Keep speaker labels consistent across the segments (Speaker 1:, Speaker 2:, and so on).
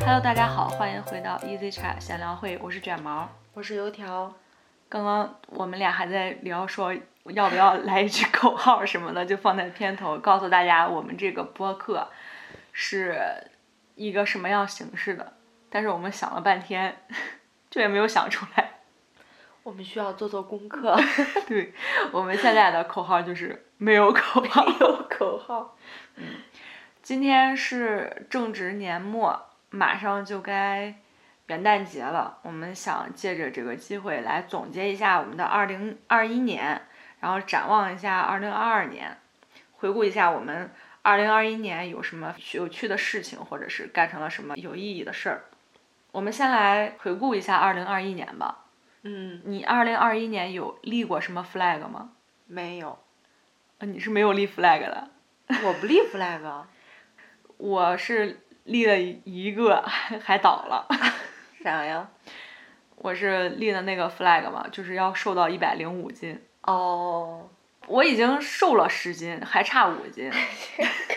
Speaker 1: Hello，大家好，欢迎回到 Easy Chat 闲聊会，我是卷毛。
Speaker 2: 我是油条，
Speaker 1: 刚刚我们俩还在聊说要不要来一句口号什么的，就放在片头，告诉大家我们这个播客是一个什么样形式的。但是我们想了半天， 这也没有想出来。
Speaker 2: 我们需要做做功课。
Speaker 1: 对，我们现在的口号就是没有口号。
Speaker 2: 有 口号。
Speaker 1: 今天是正值年末，马上就该元旦节了，我们想借着这个机会来总结一下我们的二零二一年，然后展望一下二零二二年，回顾一下我们二零二一年有什么有趣的事情，或者是干成了什么有意义的事儿。我们先来回顾一下二零二一年吧。
Speaker 2: 嗯，
Speaker 1: 你二零二一年有立过什么 flag 吗？
Speaker 2: 没有，
Speaker 1: 呃你是没有立 flag 的，
Speaker 2: 我不立 flag，
Speaker 1: 我是立了一个， 还还倒了。
Speaker 2: 啥呀？
Speaker 1: 我是立的那个 flag 嘛，就是要瘦到一百零五斤。
Speaker 2: 哦，
Speaker 1: 我已经瘦了十斤，还差五斤，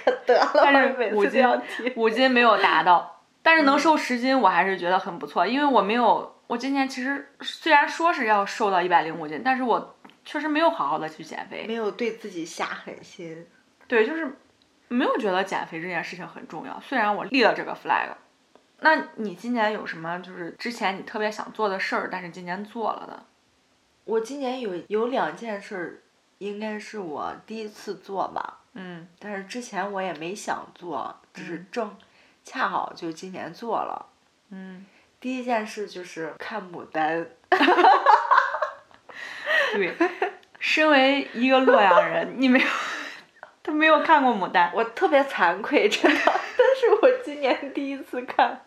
Speaker 2: 可得了吧，
Speaker 1: 但是
Speaker 2: 每
Speaker 1: 我
Speaker 2: 次都
Speaker 1: 今
Speaker 2: 要提。
Speaker 1: 五斤没有达到，但是能瘦十斤，我还是觉得很不错，因为我没有，我今年其实虽然说是要瘦到一百零五斤，但是我确实没有好好的去减肥
Speaker 2: 没，有对自己下狠心。
Speaker 1: 对，就是没有觉得减肥这件事情很重要，虽然我立了这个 flag。那你今年有什么就是之前你特别想做的事儿，但是今年做了的？
Speaker 2: 我今年有有两件事儿，应该是我第一次做吧，
Speaker 1: 嗯
Speaker 2: 但是之前我也没想做，只是
Speaker 1: 嗯
Speaker 2: 正恰好就今年做了。
Speaker 1: 嗯，
Speaker 2: 第一件事就是看牡丹，
Speaker 1: 对，身为一个洛阳人，你没有，他没有看过牡丹。
Speaker 2: 我特别惭愧，真的， 但是我今年第一次看。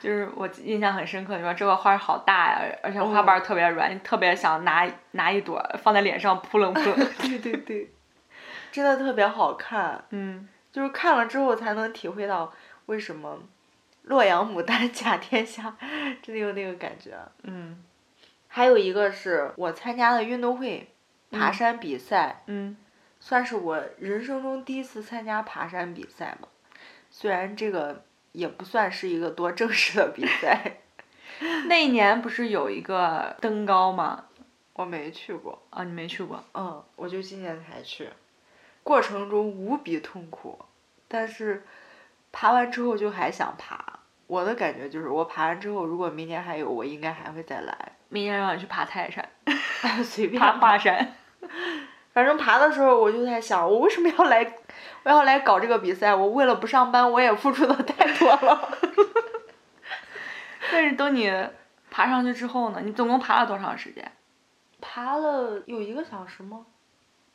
Speaker 1: 就是我印象很深刻，你说这个花儿好大呀，而且花瓣儿特别软，你特别想拿拿一朵放在脸上扑棱扑棱。
Speaker 2: 对对对，真的特别好看，
Speaker 1: 嗯，
Speaker 2: 就是看了之后才能体会到为什么洛阳牡丹 甲天下，真的有那个感觉。
Speaker 1: 嗯
Speaker 2: 还有一个是我参加的运动会爬
Speaker 1: 嗯
Speaker 2: 山比赛，
Speaker 1: 嗯，
Speaker 2: 算是我人生中第一次参加爬山比赛吧。虽然这个也不算是一个多正式的比赛，
Speaker 1: 那一年不是有一个登高吗？
Speaker 2: 我没去过。
Speaker 1: 啊，你没去过？
Speaker 2: 嗯，我就今年才去，过程中无比痛苦，但是爬完之后就还想爬。我的感觉就是，我爬完之后，如果明年还有，我应该还会再来，
Speaker 1: 明年让你去爬泰山，
Speaker 2: 随便
Speaker 1: 爬
Speaker 2: 爬。
Speaker 1: 华山。
Speaker 2: 反正爬的时候，我就在想，我为什么要来，我要来搞这个比赛？我为了不上班，我也付出的太多了。
Speaker 1: 但是等你爬上去之后呢，你总共爬了多长时间？
Speaker 2: 爬了有一个小时吗？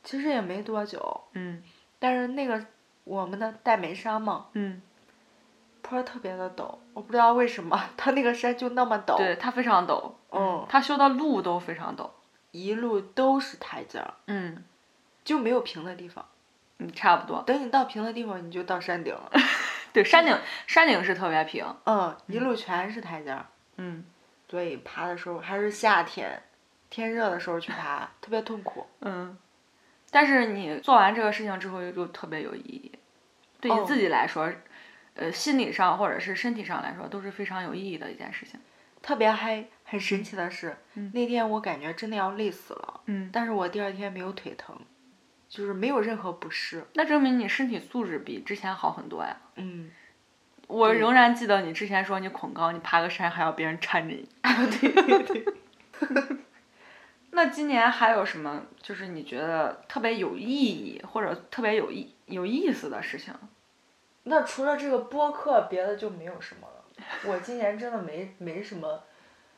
Speaker 2: 其实也没多久，
Speaker 1: 嗯
Speaker 2: 但是那个我们的戴美山嘛，
Speaker 1: 嗯，
Speaker 2: 坡儿特别的陡，我不知道为什么它那个山就那么陡。
Speaker 1: 对，它非常陡，
Speaker 2: 嗯，
Speaker 1: 它修的路都非常陡。
Speaker 2: 一路都是台阶儿，
Speaker 1: 嗯
Speaker 2: 就没有平的地方。
Speaker 1: 嗯，差不多。
Speaker 2: 等你到平的地方，你就到山顶了。
Speaker 1: 对，山顶山顶是特别平。
Speaker 2: 嗯，一路全是台阶儿，
Speaker 1: 嗯
Speaker 2: 所以爬的时候还是夏天，天热的时候去爬，特别痛苦。
Speaker 1: 嗯，但是你做完这个事情之后就特别有意义，对
Speaker 2: 哦
Speaker 1: 你自己来说，呃，心理上或者是身体上来说都是非常有意义的一件事情。
Speaker 2: 特别嗨，很神奇的是，
Speaker 1: 嗯
Speaker 2: 那天我感觉真的要累死了，
Speaker 1: 嗯，
Speaker 2: 但是我第二天没有腿疼，就是没有任何不适。
Speaker 1: 那证明你身体素质比之前好很多呀。
Speaker 2: 嗯，
Speaker 1: 我
Speaker 2: 对
Speaker 1: 仍然记得你之前说你恐高，你爬个山还要别人搀 着你。
Speaker 2: 对对对，
Speaker 1: 那今年还有什么就是你觉得特别有意义或者特别有意有意思的事情？
Speaker 2: 那除了这个播客，别的就没有什么了。我今年真的没没什么，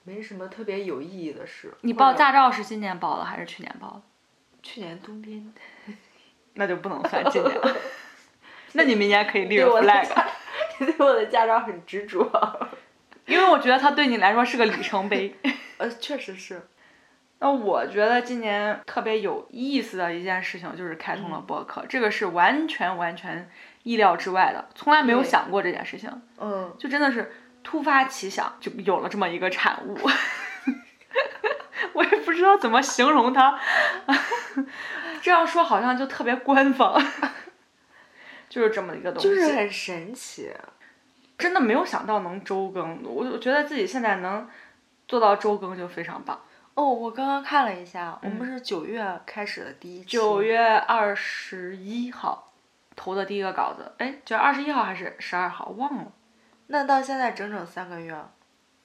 Speaker 2: 没什么特别有意义的事。
Speaker 1: 你
Speaker 2: 或
Speaker 1: 报
Speaker 2: 者
Speaker 1: 驾照是今年报的还是去年报的？
Speaker 2: 去年冬天
Speaker 1: 那就不能算今年 了。那你明年可以立个
Speaker 2: 对我的
Speaker 1: flag。
Speaker 2: 驾，你对我的驾照很执着。
Speaker 1: 因为我觉得它对你来说是个里程碑。
Speaker 2: 呃，确实是，
Speaker 1: 那我觉得今年特别有意思的一件事情就是开通了播客，这个是完全完全意料之外的，从来没有
Speaker 2: 对
Speaker 1: 想过这件事情，
Speaker 2: 嗯，
Speaker 1: 就真的是突发奇想就有了这么一个产物。 我也不知道怎么形容它， 这样说好像就 特别官方，就是这么一个东西。
Speaker 2: 就是很神奇。
Speaker 1: 真的没有想到能周更，我我觉得自己现在能做到周更就非常棒。
Speaker 2: 哦，我刚刚看了一下，我们
Speaker 1: 嗯
Speaker 2: 是九月开始的第一期，
Speaker 1: 九月二十一号投的第一个稿子，哎，九月二十一号还是十二号忘了。
Speaker 2: 那到现在整整三个月，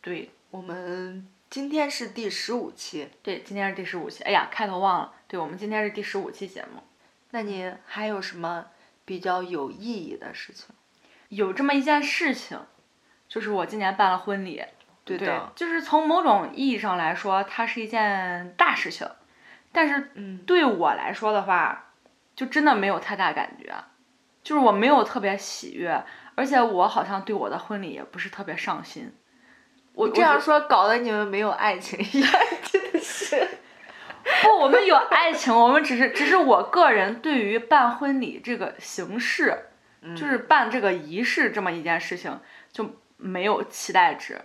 Speaker 1: 对
Speaker 2: 我们今天是第十五期，
Speaker 1: 对，今天是第十五期，哎呀，开头忘了。对，我们今天是第十五期节目。
Speaker 2: 那你还有什么比较有意义的事情？
Speaker 1: 有这么一件事情，就是我今年办了婚礼。
Speaker 2: 对的，
Speaker 1: 就是从某种意义上来说，它是一件大事情，但是
Speaker 2: 嗯，
Speaker 1: 对我来说的话，就真的没有太大感觉，就是我没有特别喜悦，而且我好像对我的婚礼也不是特别上心。我
Speaker 2: 这样
Speaker 1: 说
Speaker 2: 说搞得你们没有爱情一样，真的是。
Speaker 1: 不，哦我们有爱情，我们只是只是我个人对于办婚礼这个形式，
Speaker 2: 嗯
Speaker 1: 就是办这个仪式这么一件事情就没有期待值。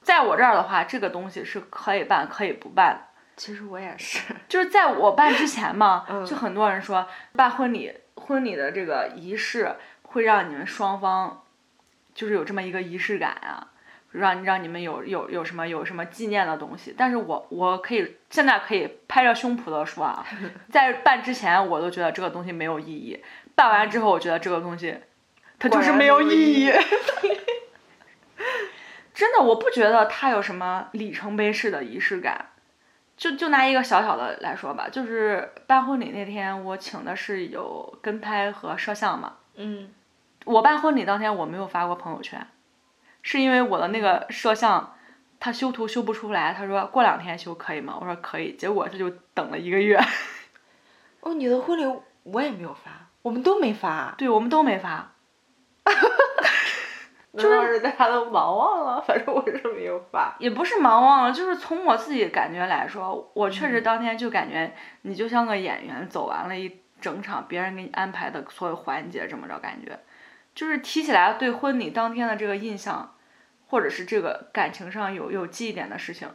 Speaker 1: 在我这儿的话，这个东西是可以办可以不办的。
Speaker 2: 其实我也是，
Speaker 1: 就是在我办之前嘛
Speaker 2: 嗯，
Speaker 1: 就很多人说办婚礼，婚礼的这个仪式会让你们双方就是有这么一个仪式感啊，让让你们有有有什么有什么纪念的东西。但是我我可以现在可以拍着胸脯的说啊， 在办之前我都觉得这个东西没有意义，办完之后我觉得这个东西它就
Speaker 2: 果
Speaker 1: 是
Speaker 2: 然
Speaker 1: 没有
Speaker 2: 没有
Speaker 1: 意
Speaker 2: 意
Speaker 1: 义。 真的，我不觉得它有什么里程碑式的仪式感。就就拿一个小小的来说吧，就是办婚礼那天，我请的是有跟拍和摄像嘛。
Speaker 2: 嗯，
Speaker 1: 我办婚礼当天我没有发过朋友圈，是因为我的那个摄像他修图修不出来，他说过两天修可以吗？我说可以，结果他就等了一个月，
Speaker 2: 哦，你的婚礼我也没有发，我们都没发，啊
Speaker 1: 对我们都没发。
Speaker 2: 就是大家都忙忘了，反正我是没有发。
Speaker 1: 也不是忙忘了，就是从我自己的感觉来说，我确实当天就感觉你就像个演员，走完了一整场别人给你安排的所有环节，这么着感觉，就是提起来对婚礼当天的这个印象，或者是这个感情上有有记忆点的事情，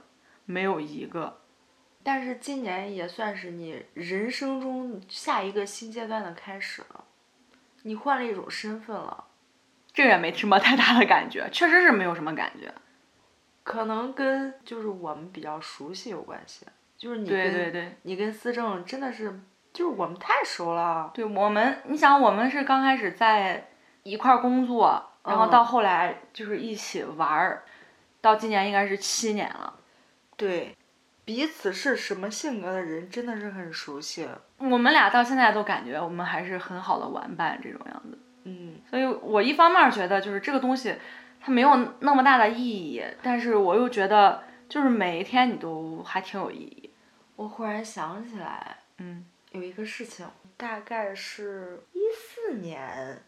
Speaker 1: 没有一个。
Speaker 2: 但是今年也算是你人生中下一个新阶段的开始了，你换了一种身份了，
Speaker 1: 这个也没什么太大的感觉，确实是没有什么感觉。
Speaker 2: 可能跟就是我们比较熟悉有关系，就是你
Speaker 1: 对
Speaker 2: 跟
Speaker 1: 对对
Speaker 2: 你跟思政真的是就是我们太熟了，
Speaker 1: 对，我们你想，我们是刚开始在一块儿工作，然后
Speaker 2: 嗯
Speaker 1: 到后来就是一起玩儿，到今年应该是七年了。
Speaker 2: 对，彼此是什么性格的人真的是很熟悉，
Speaker 1: 我们俩到现在都感觉我们还是很好的玩伴这种样子，
Speaker 2: 嗯。
Speaker 1: 所以我一方面觉得就是这个东西它没有那么大的意义，但是我又觉得就是每一天你都还挺有意义。
Speaker 2: 我忽然想起来
Speaker 1: 嗯
Speaker 2: 有一个事情，大概是一四年，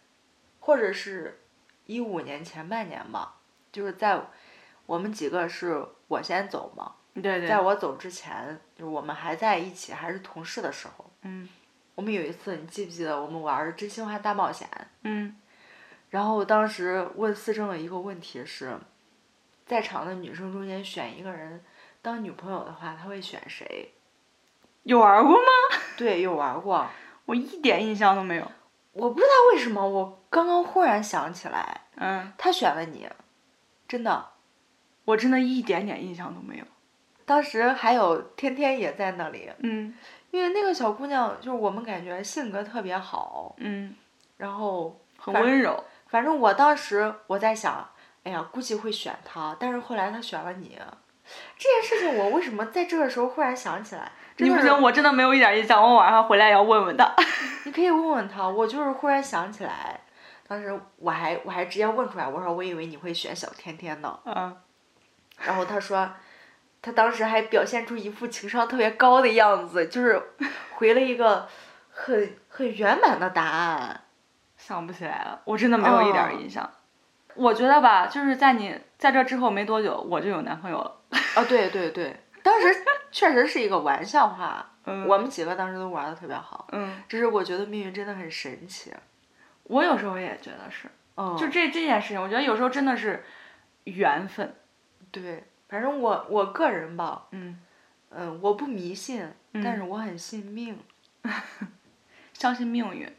Speaker 2: 或者是一五年前半年吧，就是在我们几个是我先走嘛，
Speaker 1: 对对，
Speaker 2: 在我走之前，就是我们还在一起还是同事的时候，
Speaker 1: 嗯
Speaker 2: 我们有一次你记不记得我们玩儿真心话大冒险？
Speaker 1: 嗯
Speaker 2: 然后我当时问思政的一个问题是，在场的女生中间选一个人当女朋友的话，他会选谁？
Speaker 1: 有玩过吗？
Speaker 2: 对，有玩过。
Speaker 1: 我一点印象都没有。
Speaker 2: 我不知道为什么，我刚刚忽然想起来，
Speaker 1: 嗯，
Speaker 2: 他选了你，真的。
Speaker 1: 我真的一点点印象都没有。
Speaker 2: 当时还有天天也在那里，
Speaker 1: 嗯
Speaker 2: 因为那个小姑娘就是我们感觉性格特别好，
Speaker 1: 嗯，
Speaker 2: 然后
Speaker 1: 很
Speaker 2: 反
Speaker 1: 温柔。
Speaker 2: 反正我当时我在想，哎呀，估计会选她，但是后来她选了你，这件事情我为什么在这个时候忽然想起来？真
Speaker 1: 你
Speaker 2: 的
Speaker 1: 不
Speaker 2: 是
Speaker 1: 行，我真的没有一点印象。我晚上回来要问问他。
Speaker 2: 你可以问问他，我就是忽然想起来，当时我还我还直接问出来，我说我以为你会选小天天呢。
Speaker 1: 嗯，
Speaker 2: 然后他说，他当时还表现出一副情商特别高的样子，就是回了一个很很圆满的答案。
Speaker 1: 想不起来了，我真的没有一点儿
Speaker 2: 哦
Speaker 1: 印象。我觉得吧，就是在你在这之后没多久，我就有男朋友了。
Speaker 2: 啊，对对对，当时确实是一个玩笑话，
Speaker 1: 嗯，
Speaker 2: 我们几个当时都玩的特别好。
Speaker 1: 嗯，
Speaker 2: 只是我觉得命运真的很神奇。
Speaker 1: 我有时候也觉得是，
Speaker 2: 嗯，
Speaker 1: 就这这件事情，我觉得有时候真的是缘分。
Speaker 2: 对，反正我我个人吧，
Speaker 1: 嗯，
Speaker 2: 嗯，我不迷信，但
Speaker 1: 嗯
Speaker 2: 是我很信命。
Speaker 1: 相信命运。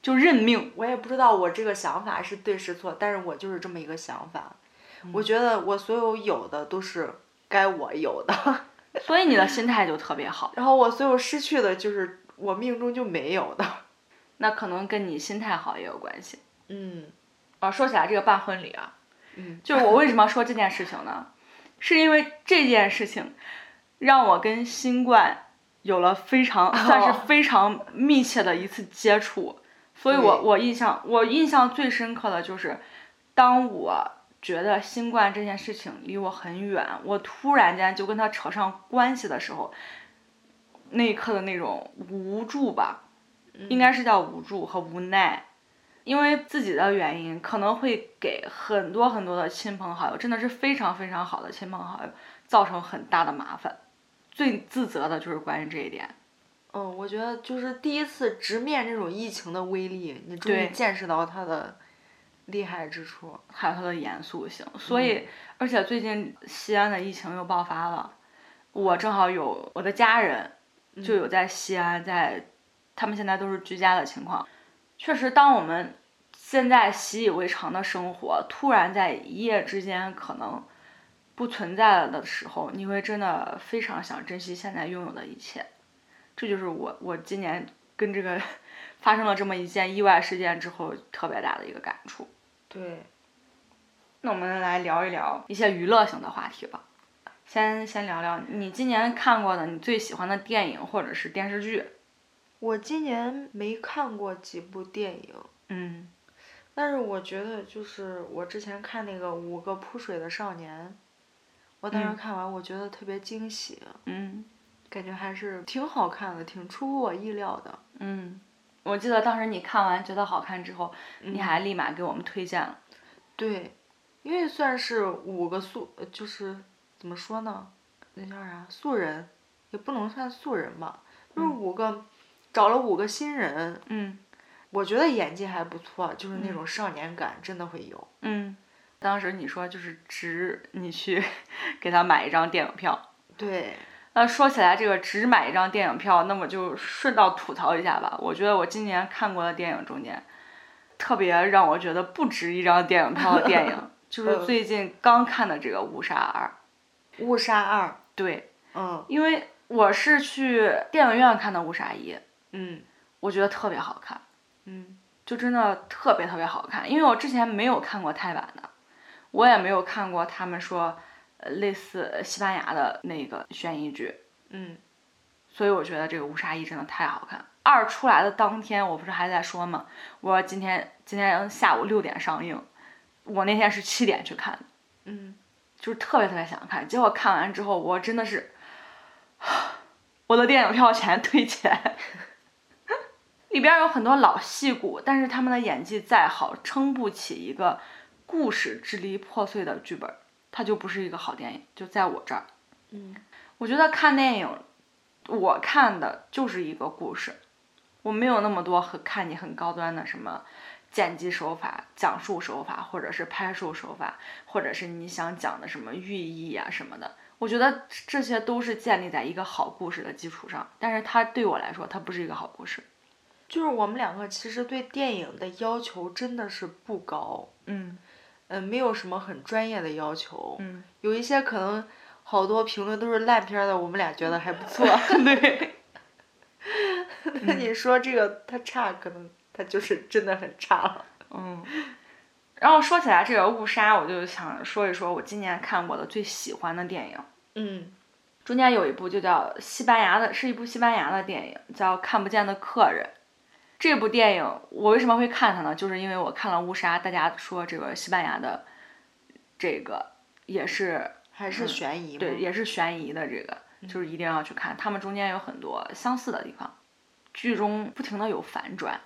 Speaker 1: 就认命。
Speaker 2: 我也不知道我这个想法是对是错，但是我就是这么一个想法。
Speaker 1: 嗯
Speaker 2: 我觉得我所有有的都是该我有的，
Speaker 1: 所以你的心态就特别好，
Speaker 2: 然后我所有失去的就是我命中就没有的。
Speaker 1: 那可能跟你心态好也有关系。
Speaker 2: 嗯
Speaker 1: 啊，说起来这个办婚礼啊，
Speaker 2: 嗯，
Speaker 1: 就是我为什么要说这件事情呢？是因为这件事情让我跟新冠有了非常算是非常密切的一次接触，所以我
Speaker 2: 对
Speaker 1: 我印象我印象最深刻的就是，当我觉得新冠这件事情离我很远，我突然间就跟他扯上关系的时候，那一刻的那种无助吧，
Speaker 2: 嗯
Speaker 1: 应该是叫无助和无奈，因为自己的原因，可能会给很多很多的亲朋好友，真的是非常非常好的亲朋好友，造成很大的麻烦。最自责的就是关于这一点。
Speaker 2: 嗯，我觉得就是第一次直面这种疫情的威力，你终于
Speaker 1: 对
Speaker 2: 见识到它的厉害之处。
Speaker 1: 还有它的严肃性。所以，而且最近西安的疫情又爆发了，我正好有我的家人
Speaker 2: 嗯
Speaker 1: 就有在西安，在他们现在都是居家的情况。确实，当我们现在习以为常的生活突然在一夜之间可能不存在了的时候，你会真的非常想珍惜现在拥有的一切。这就是我我今年跟这个发生了这么一件意外事件之后特别大的一个感触。
Speaker 2: 对，
Speaker 1: 那我们来聊一聊一些娱乐性的话题吧。先先聊聊你今年看过的你最喜欢的电影或者是电视剧。
Speaker 2: 我今年没看过几部电影，
Speaker 1: 嗯，
Speaker 2: 但是我觉得就是我之前看那个《五个扑水的少年》，我当时
Speaker 1: 嗯
Speaker 2: 看完我觉得特别惊喜，
Speaker 1: 嗯
Speaker 2: 感觉还是挺好看的，挺出乎我意料的。
Speaker 1: 嗯，我记得当时你看完觉得好看之后，你
Speaker 2: 嗯
Speaker 1: 还立马给我们推荐了。
Speaker 2: 对，因为算是五个素，呃就是怎么说呢，那叫啥素人，也不能算素人吧，就是五个、找了五个新人，
Speaker 1: 嗯
Speaker 2: 我觉得演技还不错，就是那种少年感真的会有。
Speaker 1: 嗯，当时你说就是值你去给他买一张电影票。
Speaker 2: 对，
Speaker 1: 那说起来这个只买一张电影票，那我就顺道吐槽一下吧。我觉得我今年看过的电影中间，特别让我觉得不值一张电影票的电影，就是
Speaker 2: 嗯
Speaker 1: 最近刚看的这个《误杀二
Speaker 2: 《误杀二》》。
Speaker 1: 对，
Speaker 2: 嗯
Speaker 1: 因为我是去电影院看的《误杀一》，
Speaker 2: 嗯
Speaker 1: 我觉得特别好看，
Speaker 2: 嗯
Speaker 1: 就真的特别特别好看。因为我之前没有看过泰版的，我也没有看过他们说呃类似西班牙的那个悬疑剧。
Speaker 2: 嗯
Speaker 1: 所以我觉得这个无杀一真的太好看。二出来的当天，我不是还在说吗？我说今天今天下午六点上映，我那天是七点去看的，
Speaker 2: 嗯，
Speaker 1: 就是特别特别想看。结果看完之后，我真的是，我的电影票钱退钱。里边有很多老戏骨，但是他们的演技再好，撑不起一个故事支离破碎的剧本，它就不是一个好电影。就在我这儿，
Speaker 2: 嗯，
Speaker 1: 我觉得看电影，我看的就是一个故事，我没有那么多很看你很高端的什么剪辑手法、讲述手法，或者是拍摄手法，或者是你想讲的什么寓意啊什么的。我觉得这些都是建立在一个好故事的基础上，但是它对我来说，它不是一个好故事。
Speaker 2: 就是我们两个其实对电影的要求真的是不高，
Speaker 1: 嗯
Speaker 2: 嗯，没有什么很专业的要求，
Speaker 1: 嗯，
Speaker 2: 有一些可能好多评论都是烂片儿的，我们俩觉得还不 错。
Speaker 1: 对，
Speaker 2: 那
Speaker 1: 嗯
Speaker 2: 你说这个它差，可能它就是真的很差了。
Speaker 1: 嗯。然后说起来这个误杀，我就想说一说我今年看过的最喜欢的电影。
Speaker 2: 嗯
Speaker 1: 中间有一部就叫西班牙的，是一部西班牙的电影，叫《看不见的客人》。这部电影我为什么会看它呢？就是因为我看了《误杀》，大家说这个西班牙的这个也是
Speaker 2: 还是悬疑
Speaker 1: 嗯
Speaker 2: 嘛。
Speaker 1: 对，也是悬疑的这个，就是
Speaker 2: 嗯
Speaker 1: 一定要去看。他们中间有很多相似的地方，剧中不停的有反转，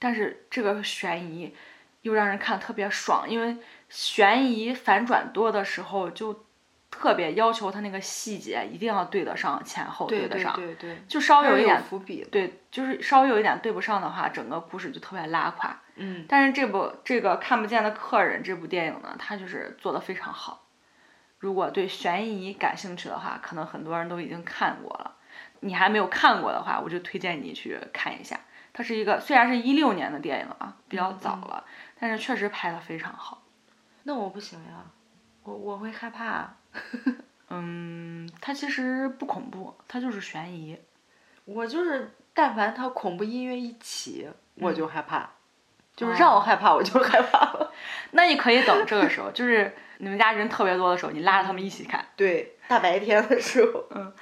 Speaker 1: 但是这个悬疑又让人看得特别爽，因为悬疑反转多的时候就特别要求它那个细节一定要对得上，前后
Speaker 2: 对
Speaker 1: 得
Speaker 2: 对
Speaker 1: 上，
Speaker 2: 对对，
Speaker 1: 就稍
Speaker 2: 它
Speaker 1: 有
Speaker 2: 是
Speaker 1: 一点
Speaker 2: 伏笔的。
Speaker 1: 对，就是稍有一点对不上的话，整个故事就特别拉垮。
Speaker 2: 嗯
Speaker 1: 但是这部这个看不见的客人这部电影呢，它就是做的非常好。如果对悬疑感兴趣的话，可能很多人都已经看过了。你还没有看过的话，我就推荐你去看一下。它是一个虽然是一六年的电影啊，比较早
Speaker 2: 嗯
Speaker 1: 了，但是确实拍的非常好。
Speaker 2: 那我不行呀，我我会害怕、
Speaker 1: 嗯，它其实不恐怖，它就是悬疑。
Speaker 2: 我就是，但凡他恐怖音乐一起，我就害怕，就是
Speaker 1: 嗯哦
Speaker 2: 让我害怕，我就害怕 了。
Speaker 1: 那你可以等这个时候， 就是你们家人特别多的时候，你拉着他们一起看。
Speaker 2: 对，大白天的时候，
Speaker 1: 嗯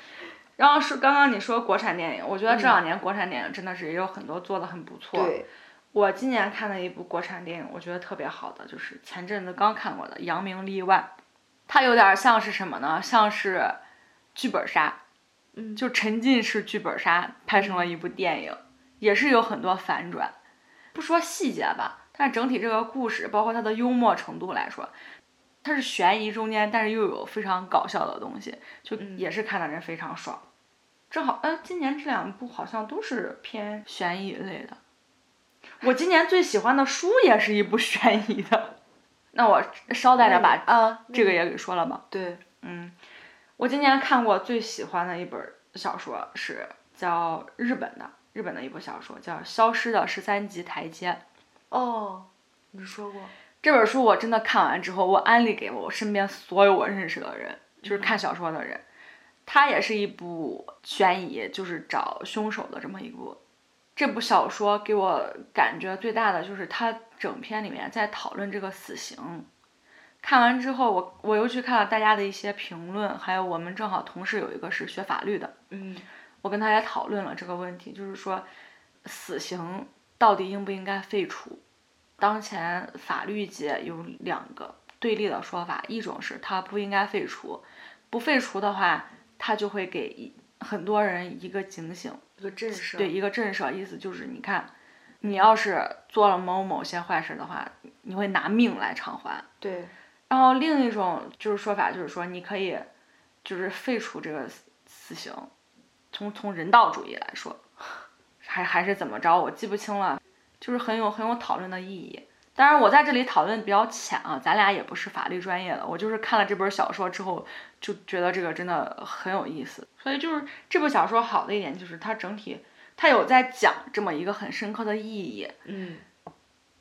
Speaker 1: 然后是刚刚你说国产电影，我觉得这
Speaker 2: 嗯
Speaker 1: 两年国产电影真的是也有很多做的很不错。
Speaker 2: 对，
Speaker 1: 我今年看了一部国产电影，我觉得特别好的，就是前阵子刚看过的《扬名立万》，它有点像是什么呢？像是剧本杀，
Speaker 2: 嗯，
Speaker 1: 就沉浸式剧本杀拍成了一部电影，也是有很多反转。不说细节吧，但是整体这个故事，包括它的幽默程度来说，它是悬疑中间，但是又有非常搞笑的东西，就
Speaker 2: 嗯
Speaker 1: 也是看的人非常爽。正好，呃，今年这两部好像都是偏悬疑类的。我今年最喜欢的书也是一部 悬疑的，那我捎带着把
Speaker 2: 啊，
Speaker 1: 这个也给说了吧。
Speaker 2: 对，
Speaker 1: 嗯，我今年看过最喜欢的一本小说是叫日本的日本的一部小说叫《消失的十三级台阶》。
Speaker 2: 哦，你说过，
Speaker 1: 这本书我真的看完之后，我安利给我身边所有我认识的人，就是看小说的人。它也是一部悬疑，就是找凶手的这么一部。这部小说给我感觉最大的就是它整篇里面在讨论这个死刑。看完之后我，我又去看了大家的一些评论，还有我们正好同事有一个是学法律的，
Speaker 2: 嗯
Speaker 1: 我跟他也讨论了这个问题，就是说死刑到底应不应该废除？当前法律界有两个对立的说法，一种是它不应该废除，不废除的话，它就会给一很多人一个警醒，
Speaker 2: 一个震慑，
Speaker 1: 对，一个震慑，意思就是你看，你要是做了某某些坏事的话，你会拿命来偿还。
Speaker 2: 对，
Speaker 1: 然后另一种就是说法，就是说你可以就是废除这个死死刑，从从人道主义来说，还还是怎么着，我记不清了，就是很有很有讨论的意义。当然，我在这里讨论比较浅啊，咱俩也不是法律专业的，我就是看了这本小说之后就觉得这个真的很有意思。所以就是这部小说好的一点就是它整体它有在讲这么一个很深刻的意义，
Speaker 2: 嗯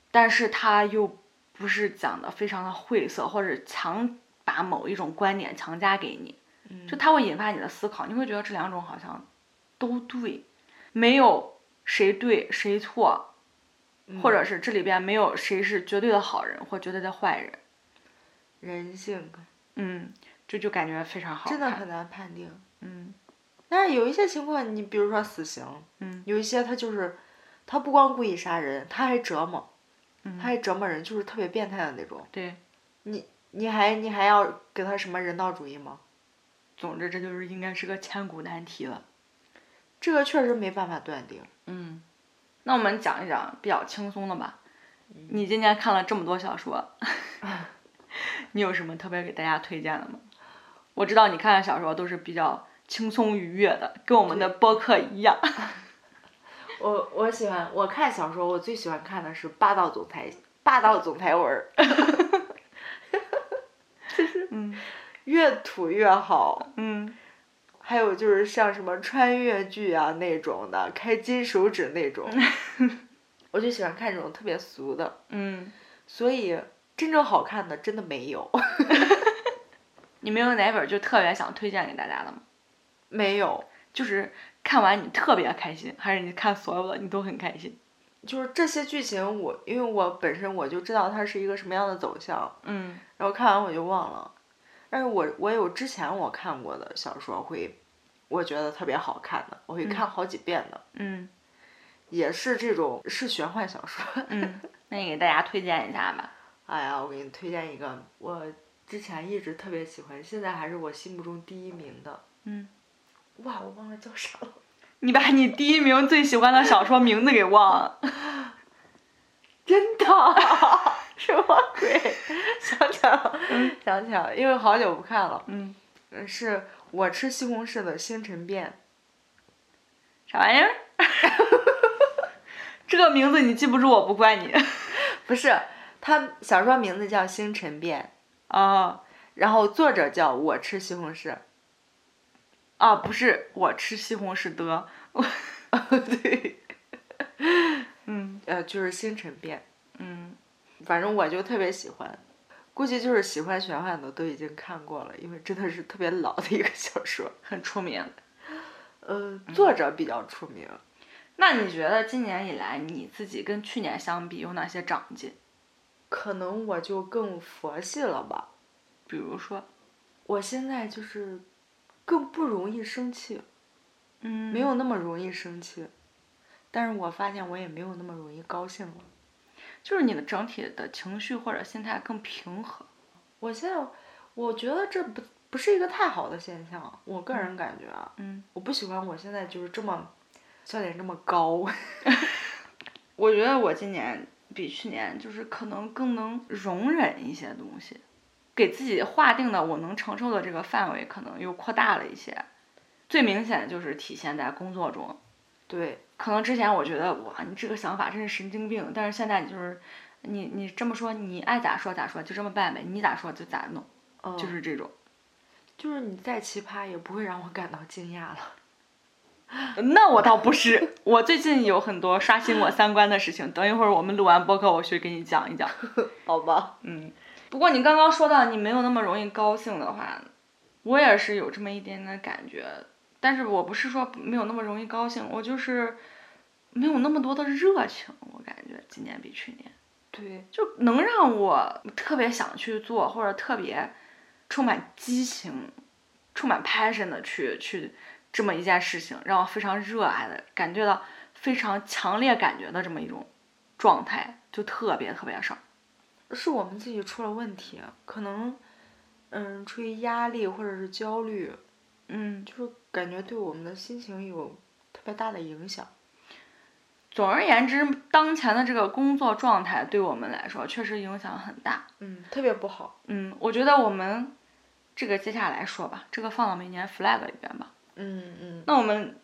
Speaker 1: 但是他又不是讲的非常的晦涩，或者强把某一种观点强加给你，
Speaker 2: 嗯，
Speaker 1: 就它会引发你的思考，你会觉得这两种好像都对，没有谁对谁错，
Speaker 2: 嗯
Speaker 1: 或者是这里边没有谁是绝对的好人或绝对的坏人，
Speaker 2: 人性
Speaker 1: 嗯，就就感觉非常好看，
Speaker 2: 真的很难判定。
Speaker 1: 嗯
Speaker 2: 但是有一些情况，你比如说死刑，
Speaker 1: 嗯
Speaker 2: 有一些他就是，他不光故意杀人，他还折磨，他
Speaker 1: 嗯，
Speaker 2: 还折磨人，就是特别变态的那种。
Speaker 1: 对，
Speaker 2: 你还你还要给他什么人道主义吗？
Speaker 1: 总之这就是应该是个千古难题了，
Speaker 2: 这个确实没办法断定。
Speaker 1: 嗯，那我们讲一讲比较轻松的吧。你今年看了这么多小说， 你有什么特别给大家推荐的吗？我知道你看的小说都是比较轻松愉悦的，跟我们的播客一 样。
Speaker 2: 我我喜欢我看小说，我最喜欢看的是霸道总裁霸道总裁文儿，
Speaker 1: 嗯
Speaker 2: 越土越好。
Speaker 1: 嗯
Speaker 2: 还有就是像什么穿越剧啊那种的，开金手指那 种，我就喜欢看这种特别俗的。
Speaker 1: 嗯，
Speaker 2: 所以真正好看的真的没有，
Speaker 1: 你没有哪本就特别想推荐给大家的吗？
Speaker 2: 没有，
Speaker 1: 就是看完你特别开心，还是你看所有的你都很开心？
Speaker 2: 就是这些剧情我因为我本身我就知道它是一个什么样的走向，
Speaker 1: 嗯
Speaker 2: 然后看完我就忘了。但是我我有之前我看过的小说会，我觉得特别好看的，我会
Speaker 1: 嗯
Speaker 2: 看好几遍的，
Speaker 1: 嗯
Speaker 2: 也是这种是玄幻小说。
Speaker 1: 嗯，那你给大家推荐一下吧。
Speaker 2: 哎呀，我给你推荐一个，我之前一直特别喜欢，现在还是我心目中第一名的。
Speaker 1: 嗯，
Speaker 2: 哇，我忘了叫啥了。
Speaker 1: 你把你第一名最喜欢的小说名字给忘了。
Speaker 2: 真的？ 什么鬼？ 想起来了，想起来了，因为好久不看了。
Speaker 1: 嗯，
Speaker 2: 嗯，是我吃西红柿的星辰变。
Speaker 1: 啥玩意儿？ 这个名字你记不住，我不怪你。
Speaker 2: 不是，他小说名字叫《星辰变》，
Speaker 1: 啊
Speaker 2: 然后作者叫我吃西红柿。
Speaker 1: 哦啊，不是，我吃西红柿的，
Speaker 2: 对，呃，就是星辰变，
Speaker 1: 嗯，
Speaker 2: 反正我就特别喜欢。估计就是喜欢玄幻的都已经看过了，因为真的是特别老的一个小说。
Speaker 1: 很出名。
Speaker 2: 呃，作者比较出名。
Speaker 1: 那你觉得今年以来你自己跟去年相比有哪些长进？
Speaker 2: 可能我就更佛系了吧。
Speaker 1: 比如说，
Speaker 2: 我现在就是更不容易生气，
Speaker 1: 嗯，
Speaker 2: 没有那么容易生气，但是我发现我也没有那么容易高兴了。
Speaker 1: 就是你的整体的情绪或者心态更平和。
Speaker 2: 我现在我觉得这不不是一个太好的现象，我个人感觉啊，
Speaker 1: 嗯
Speaker 2: 我不喜欢我现在就是这么笑点这么高。
Speaker 1: 我觉得我今年比去年就是可能更能容忍一些东西，给自己划定的我能承受的这个范围可能又扩大了一些。最明显的就是体现在工作中，
Speaker 2: 对，
Speaker 1: 可能之前我觉得哇，你这个想法真是神经病，但是现在你就是，你你这么说，你爱咋说咋说，就这么办呗，你咋说就咋弄，
Speaker 2: 嗯，
Speaker 1: 就是这种。
Speaker 2: 就是你再奇葩也不会让我感到惊讶了。
Speaker 1: 那我倒不是，我最近有很多刷新我三观的事情，等一会儿我们录完播客我去给你讲一讲。
Speaker 2: 好吧，
Speaker 1: 嗯，不过你刚刚说到你没有那么容易高兴的话，我也是有这么一点点感觉，但是我不是说没有那么容易高兴，我就是没有那么多的热情，我感觉今年比去年
Speaker 2: 对，
Speaker 1: 就能让我特别想去做，或者特别充满激情、充满 passion 的去去这么一件事情，让我非常热爱的感觉到非常强烈感觉的这么一种状态，就特别特别少。
Speaker 2: 是我们自己出了问题，可能，嗯，出于压力或者是焦虑，
Speaker 1: 嗯，
Speaker 2: 就是感觉对我们的心情有特别大的影响。
Speaker 1: 总而言之，当前的这个工作状态对我们来说确实影响很大。
Speaker 2: 嗯，特别不好。
Speaker 1: 嗯，我觉得我们这个接下来说吧，这个放到明年 flag 里边吧。
Speaker 2: 嗯嗯。
Speaker 1: 那我们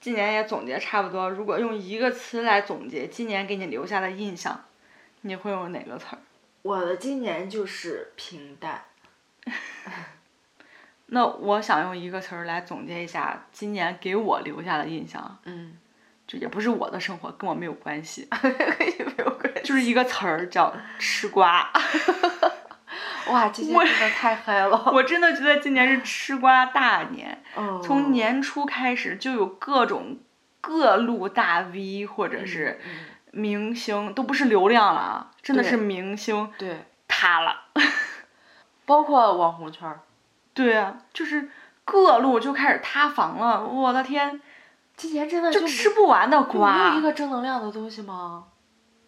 Speaker 1: 今年也总结差不多，如果用一个词来总结今年给你留下的印象，你会用哪个词儿？
Speaker 2: 我的今年就是平淡，
Speaker 1: 那我想用一个词儿来总结一下今年给我留下的印象，
Speaker 2: 嗯，
Speaker 1: 这也不是我的生活，跟我没有关系，
Speaker 2: 也没有关系。
Speaker 1: 就是一个词儿叫吃瓜。
Speaker 2: 哇，今天
Speaker 1: 我
Speaker 2: 真的太嗨了。
Speaker 1: 我真的觉得今年是吃瓜大年。
Speaker 2: 嗯，
Speaker 1: 从年初开始就有各种各路大 V 或者
Speaker 2: 嗯
Speaker 1: 是
Speaker 2: 嗯
Speaker 1: 明星，都不是流量了啊，真的是
Speaker 2: 对
Speaker 1: 明星
Speaker 2: 对，
Speaker 1: 塌了。
Speaker 2: 包括网红圈儿，
Speaker 1: 对啊，就是各路就开始塌房了，我的天，
Speaker 2: 今年真的
Speaker 1: 就
Speaker 2: 没
Speaker 1: 吃不完的
Speaker 2: 就没有
Speaker 1: 瓜，
Speaker 2: 一个正能量的东西吗？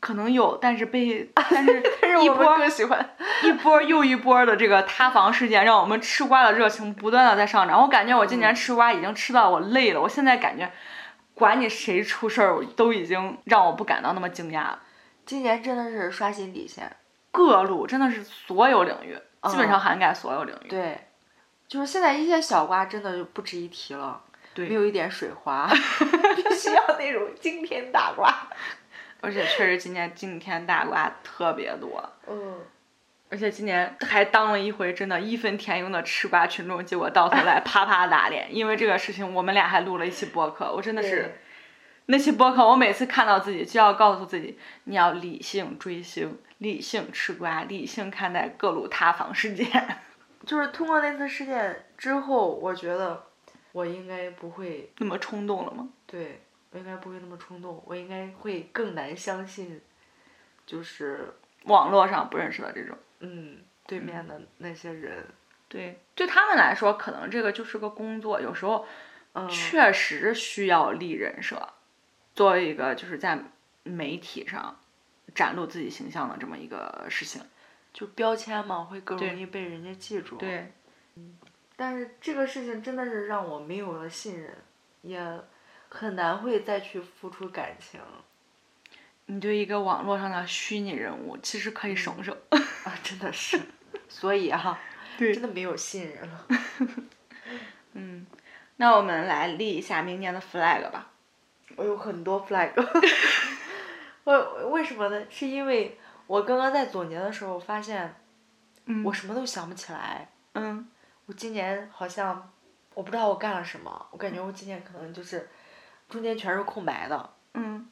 Speaker 1: 可能有，但是 被但是
Speaker 2: 但是
Speaker 1: 一
Speaker 2: 我们
Speaker 1: 波
Speaker 2: 更喜欢，
Speaker 1: 一波又一波的这个塌房事件，让我们吃瓜的热情不断的在上涨。我感觉我
Speaker 2: 嗯
Speaker 1: 今年吃瓜已经吃到我累了，我现在感觉，管你谁出事儿，我都已经让我不感到那么惊讶了。
Speaker 2: 今年真的是刷新底线。
Speaker 1: 各路真的是所有领域，
Speaker 2: 嗯
Speaker 1: 基本上涵盖所有领域。
Speaker 2: 对，就是现在一些小瓜真的就不值一提了，
Speaker 1: 对
Speaker 2: 没有一点水 花，必须要那种惊天大瓜。
Speaker 1: 而且确实今年惊天大瓜特别多，
Speaker 2: 嗯，
Speaker 1: 而且今年还当了一回真的义愤填膺的吃瓜群众，结果到头来啪啪打脸。因为这个事情，我们俩还录了一期播客，我真的是
Speaker 2: 对
Speaker 1: 那期播客，我每次看到自己就要告诉自己，你要理性追星，理性吃瓜，理性看待各路塌房事件。
Speaker 2: 就是通过那次事件之后，我觉得我应该不会，
Speaker 1: 那么冲动了吗？
Speaker 2: 对我应该不会那么冲动，我应该会更难相信，就是
Speaker 1: 网络上不认识的这种。
Speaker 2: 嗯，对面的那些人，
Speaker 1: 对，对他们来说，可能这个就是个工作，有时候
Speaker 2: 嗯，
Speaker 1: 确实需要立人设，作为一个就是在媒体上展露自己形象的这么一个事情。
Speaker 2: 就标签嘛，会更
Speaker 1: 对
Speaker 2: 容易被人家记住。
Speaker 1: 对，
Speaker 2: 但是这个事情真的是让我没有了信任，也很难会再去付出感情。
Speaker 1: 你对一个网络上的虚拟人物，其实可以省省。
Speaker 2: 啊，真的是，所以啊，
Speaker 1: 对
Speaker 2: 真的没有信任了。
Speaker 1: 嗯，那我们来立一下明年的 flag 吧。
Speaker 2: 我有很多 flag，我为什么呢？是因为我刚刚在总结的时候发现，
Speaker 1: 嗯
Speaker 2: 我什么都想不起来。
Speaker 1: 嗯
Speaker 2: 我今年好像，我不知道我干了什么，我感觉我今年可能就是中间全是空白的，
Speaker 1: 嗯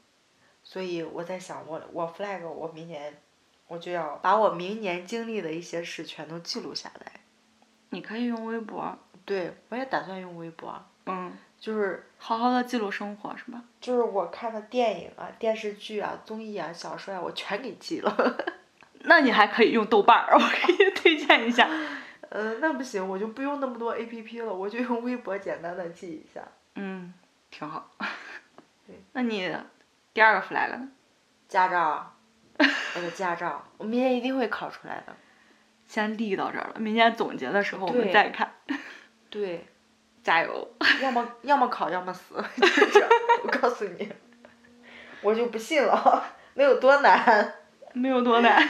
Speaker 2: 所以我在想，我我 flag 我明年我就要把我明年经历的一些事全都记录下来。
Speaker 1: 你可以用微博，
Speaker 2: 对，我也打算用微博，
Speaker 1: 嗯，
Speaker 2: 就是
Speaker 1: 好好的记录生活是吧？
Speaker 2: 就是我看的电影啊、电视剧啊、综艺啊、小说啊，我全给记了。
Speaker 1: 那你还可以用豆瓣儿，我给你推荐一 下。
Speaker 2: 嗯，那不行，我就不用那么多 A P P 了，我就用微博简单的记一下。
Speaker 1: 嗯，挺好
Speaker 2: 对。
Speaker 1: 那你第二个 flag 呢？
Speaker 2: 驾照， 我的驾照，我明年一定会考出来的。
Speaker 1: 先立到这儿了，明年总结的时候我们
Speaker 2: 对
Speaker 1: 再看。
Speaker 2: 对，
Speaker 1: 加油！
Speaker 2: 要么要么考，要么死， 就是这样。我告诉你， 我就不信了， 能有多难？
Speaker 1: 没有 多难，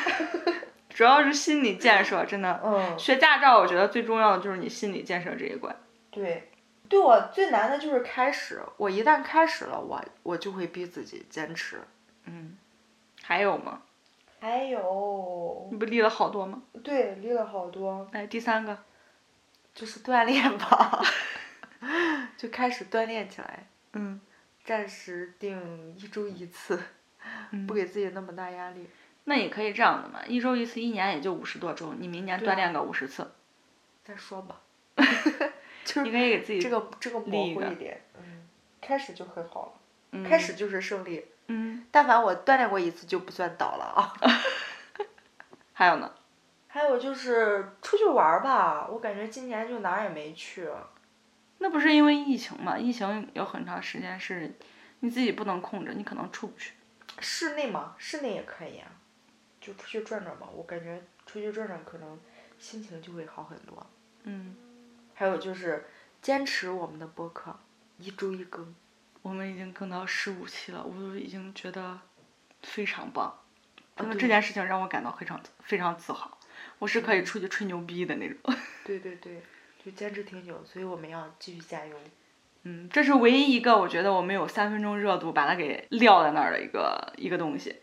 Speaker 1: 主要是心理建设，真的。
Speaker 2: 嗯，
Speaker 1: 学驾照，我觉得最重要的就是你心理建设这一关。
Speaker 2: 对，对我最难的就是开始。我一旦开始了，我我就会逼自己坚持。
Speaker 1: 嗯，还有吗？
Speaker 2: 还有
Speaker 1: 你，不立了好多吗？
Speaker 2: 哎对，立了好多，
Speaker 1: 来，第三个，
Speaker 2: 就是锻炼 吧，就开始锻炼起来。
Speaker 1: 嗯，
Speaker 2: 暂时定一周一次，
Speaker 1: 嗯
Speaker 2: 不给自己那么大压力。
Speaker 1: 那你可以这样的嘛，一周一次，一年也就五十多周，你明年
Speaker 2: 对啊
Speaker 1: 锻炼个五十次，
Speaker 2: 再说 吧，
Speaker 1: 你可以给自己
Speaker 2: 这个这个模
Speaker 1: 立一
Speaker 2: 糊
Speaker 1: 个
Speaker 2: 一点，嗯，开始就很好了，
Speaker 1: 嗯
Speaker 2: 开始就是胜利。
Speaker 1: 嗯，
Speaker 2: 但凡我锻炼过一次就不算倒了啊。
Speaker 1: 还有呢，
Speaker 2: 还有就是出去玩儿吧，我感觉今年就哪儿也没去。
Speaker 1: 那不是因为疫情嘛？疫情有很长时间是你自己不能控制，你可能出不去。
Speaker 2: 室内嘛，室内也可以啊，就出去转转吧。我感觉出去转转可能心情就会好很多。
Speaker 1: 嗯，
Speaker 2: 还有就是坚持我们的播客，一周一更。
Speaker 1: 我们已经更到十五期了，我都已经觉得非常棒。
Speaker 2: 啊
Speaker 1: 那
Speaker 2: 对
Speaker 1: 这件事情让我感到非常非常自豪，我是可
Speaker 2: 嗯
Speaker 1: 以出去吹牛逼的那种。
Speaker 2: 对对对，就坚持挺久，所以我们要继续加油。
Speaker 1: 嗯，这是唯一一个我觉得我们有三分钟热度把它给撂在那儿的一个一个东西。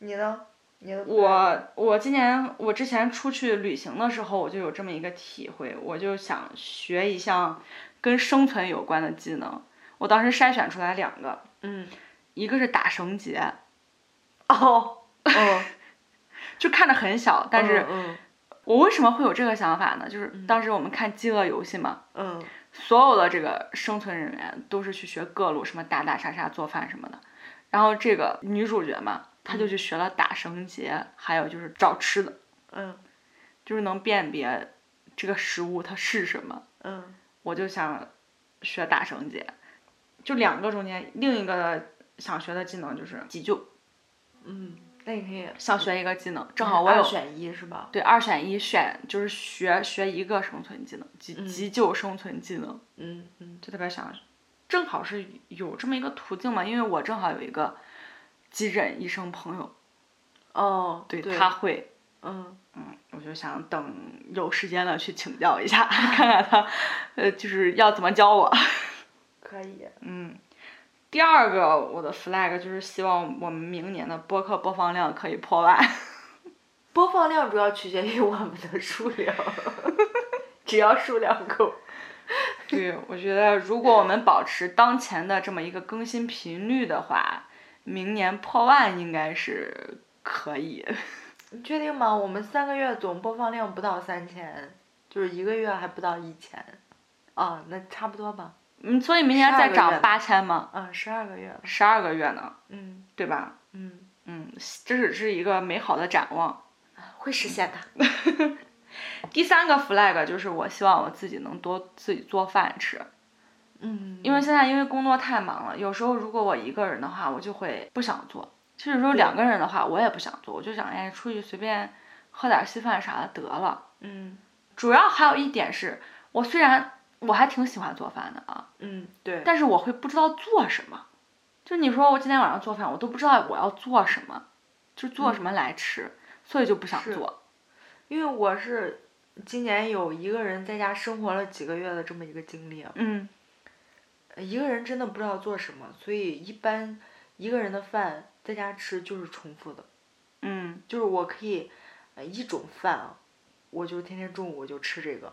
Speaker 2: 你呢？你的
Speaker 1: 我我今年我之前出去旅行的时候，我就有这么一个体会，我就想学一项跟生存有关的技能。我当时筛选出来两个，
Speaker 2: 嗯
Speaker 1: 一个是打绳结，
Speaker 2: 哦哦，
Speaker 1: 就看着很小， 但是
Speaker 2: 嗯
Speaker 1: 我为什么会有这个想法呢？就是
Speaker 2: 嗯
Speaker 1: 当时我们看《饥饿游戏》嘛，
Speaker 2: 嗯
Speaker 1: 所有的这个生存人员都是去学各路什么打打杀杀、做饭什么的。然后这个女主角嘛，她就去学了打绳结，还有就是找吃的，
Speaker 2: 嗯
Speaker 1: 就是能辨别这个食物它是什么。
Speaker 2: 嗯
Speaker 1: 我就想学打绳结，就两个中间，另一个想学的技能就是急救，
Speaker 2: 嗯，那你可以
Speaker 1: 想学一个技能，正好我
Speaker 2: 嗯二
Speaker 1: 有
Speaker 2: 选一是吧？
Speaker 1: 对二选一选，就是学学一个生存技能，急
Speaker 2: 嗯
Speaker 1: 急救生存技能。
Speaker 2: 嗯嗯
Speaker 1: 就特别想，正好是有这么一个途径嘛，因为我正好有一个急诊医生朋友，
Speaker 2: 哦，
Speaker 1: 对
Speaker 2: 对
Speaker 1: 他会，
Speaker 2: 嗯
Speaker 1: 嗯，我就想等有时间了去请教一下， 看看他，呃，就是要怎么教我。
Speaker 2: 可以，
Speaker 1: 嗯，第二个我的 flag 就是希望我们明年的播客播放量可以破万。
Speaker 2: 播放量主要取决于我们的数量， 只要数量够。
Speaker 1: 对，我觉得如果我们保持当前的这么一个更新频率的话，明年破万应该是可以。
Speaker 2: 你确定吗？我们三个月总播放量不到三千，就是一个月还不到一千，啊，那差不多吧。
Speaker 1: 嗯，所以明年再
Speaker 2: 12个月
Speaker 1: 涨
Speaker 2: 呢
Speaker 1: 八千吗？
Speaker 2: 嗯，十二个月了。
Speaker 1: 十二个月呢，
Speaker 2: 嗯
Speaker 1: 对吧？
Speaker 2: 嗯，
Speaker 1: 嗯，这只是一个美好的展望。
Speaker 2: 会实现的。
Speaker 1: 第三个 flag 就是我希望我自己能多自己做饭吃，
Speaker 2: 嗯，
Speaker 1: 因为现在因为工作太忙了，有时候如果我一个人的话，我就会不想做；其实有时候
Speaker 2: 对
Speaker 1: 两个人的话，我也不想做，我就想哎出去随便喝点稀饭啥的得了。
Speaker 2: 嗯
Speaker 1: 主要还有一点是我虽然我还挺喜欢做饭的啊，
Speaker 2: 嗯对，
Speaker 1: 但是我会不知道做什么。就你说我今天晚上做饭，我都不知道我要做什么，就做什么来吃，所以就不想
Speaker 2: 是
Speaker 1: 做。
Speaker 2: 因为我是今年有一个人在家生活了几个月的这么一个经历，
Speaker 1: 嗯
Speaker 2: 呃一个人真的不知道做什么，所以一般一个人的饭在家吃就是重复的，
Speaker 1: 嗯
Speaker 2: 就是我可以呃一种饭啊，我就天天中午我就吃这个，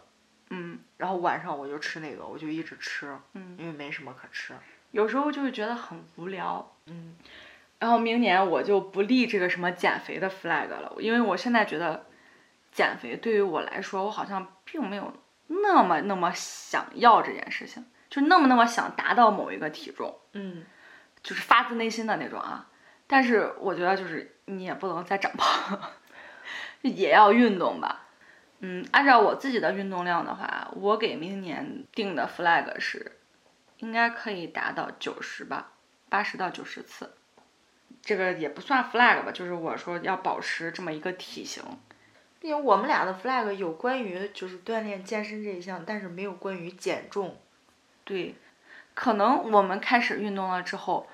Speaker 1: 嗯
Speaker 2: 然后晚上我就吃那个，我就一直吃，
Speaker 1: 嗯，
Speaker 2: 因为没什么可吃。
Speaker 1: 有时候就会觉得很无聊。
Speaker 2: 嗯
Speaker 1: 然后明年我就不立这个什么减肥的 flag 了，因为我现在觉得减肥对于我来说，我好像并没有那么那么想要这件事情，就那么那么想达到某一个体重，
Speaker 2: 嗯，
Speaker 1: 就是发自内心的那种啊。但是我觉得就是你也不能再长胖， 也要运动吧。嗯，按照我自己的运动量的话，我给明年定的 flag 是，应该可以达到九十吧，八十到九十次。这个也不算 flag 吧，就是我说要保持这么一个体型。
Speaker 2: 因为我们俩的 flag 有关于就是锻炼健身这一项，但是没有关于减重。
Speaker 1: 对，可能我们开始运动了之后，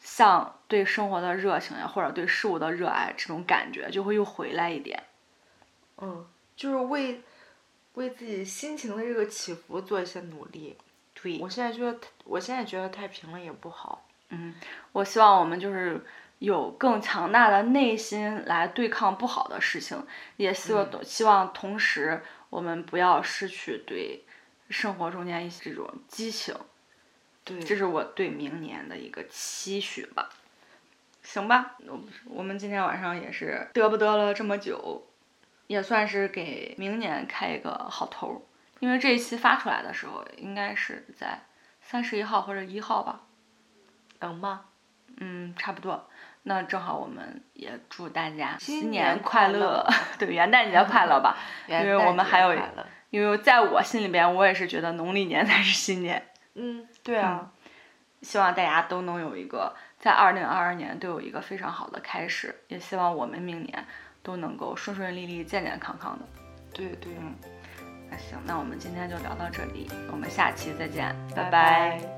Speaker 1: 像对生活的热情呀，或者对事物的热爱，这种感觉就会又回来一点。
Speaker 2: 嗯，就是为为自己心情的这个起伏做一些努力。
Speaker 1: 对
Speaker 2: 我现在觉得太，我现在觉得太平了也不好。
Speaker 1: 嗯，我希望我们就是有更强大的内心来对抗不好的事情，也希望、希望同时我们不要失去对生活中间一些这种激情，
Speaker 2: 对，
Speaker 1: 这是我对明年的一个期许吧。行吧，我我们今天晚上也是嘚不嘚了这么久，也算是给明年开一个好头儿，因为这一期发出来的时候应该是在三十一号或者一号吧。
Speaker 2: 能吗？
Speaker 1: 嗯，差不多。那正好，我们也祝大家
Speaker 2: 新
Speaker 1: 新
Speaker 2: 年
Speaker 1: 年快
Speaker 2: 快
Speaker 1: 乐
Speaker 2: 乐，
Speaker 1: 对，元旦节快乐吧。
Speaker 2: 元
Speaker 1: 因为我们
Speaker 2: 旦
Speaker 1: 还
Speaker 2: 节
Speaker 1: 有一
Speaker 2: 快乐
Speaker 1: 因为在我心里边，我也是觉得农历年才是新年。
Speaker 2: 嗯，对啊，
Speaker 1: 希望大家都能有一个在二零二二年都有一个非常好的开始，也希望我们明年都能够顺顺利利、健健康康的。
Speaker 2: 对
Speaker 1: 嗯
Speaker 2: 对，
Speaker 1: 那行，那我们今天就聊到这里，我们下期再见，拜
Speaker 2: 拜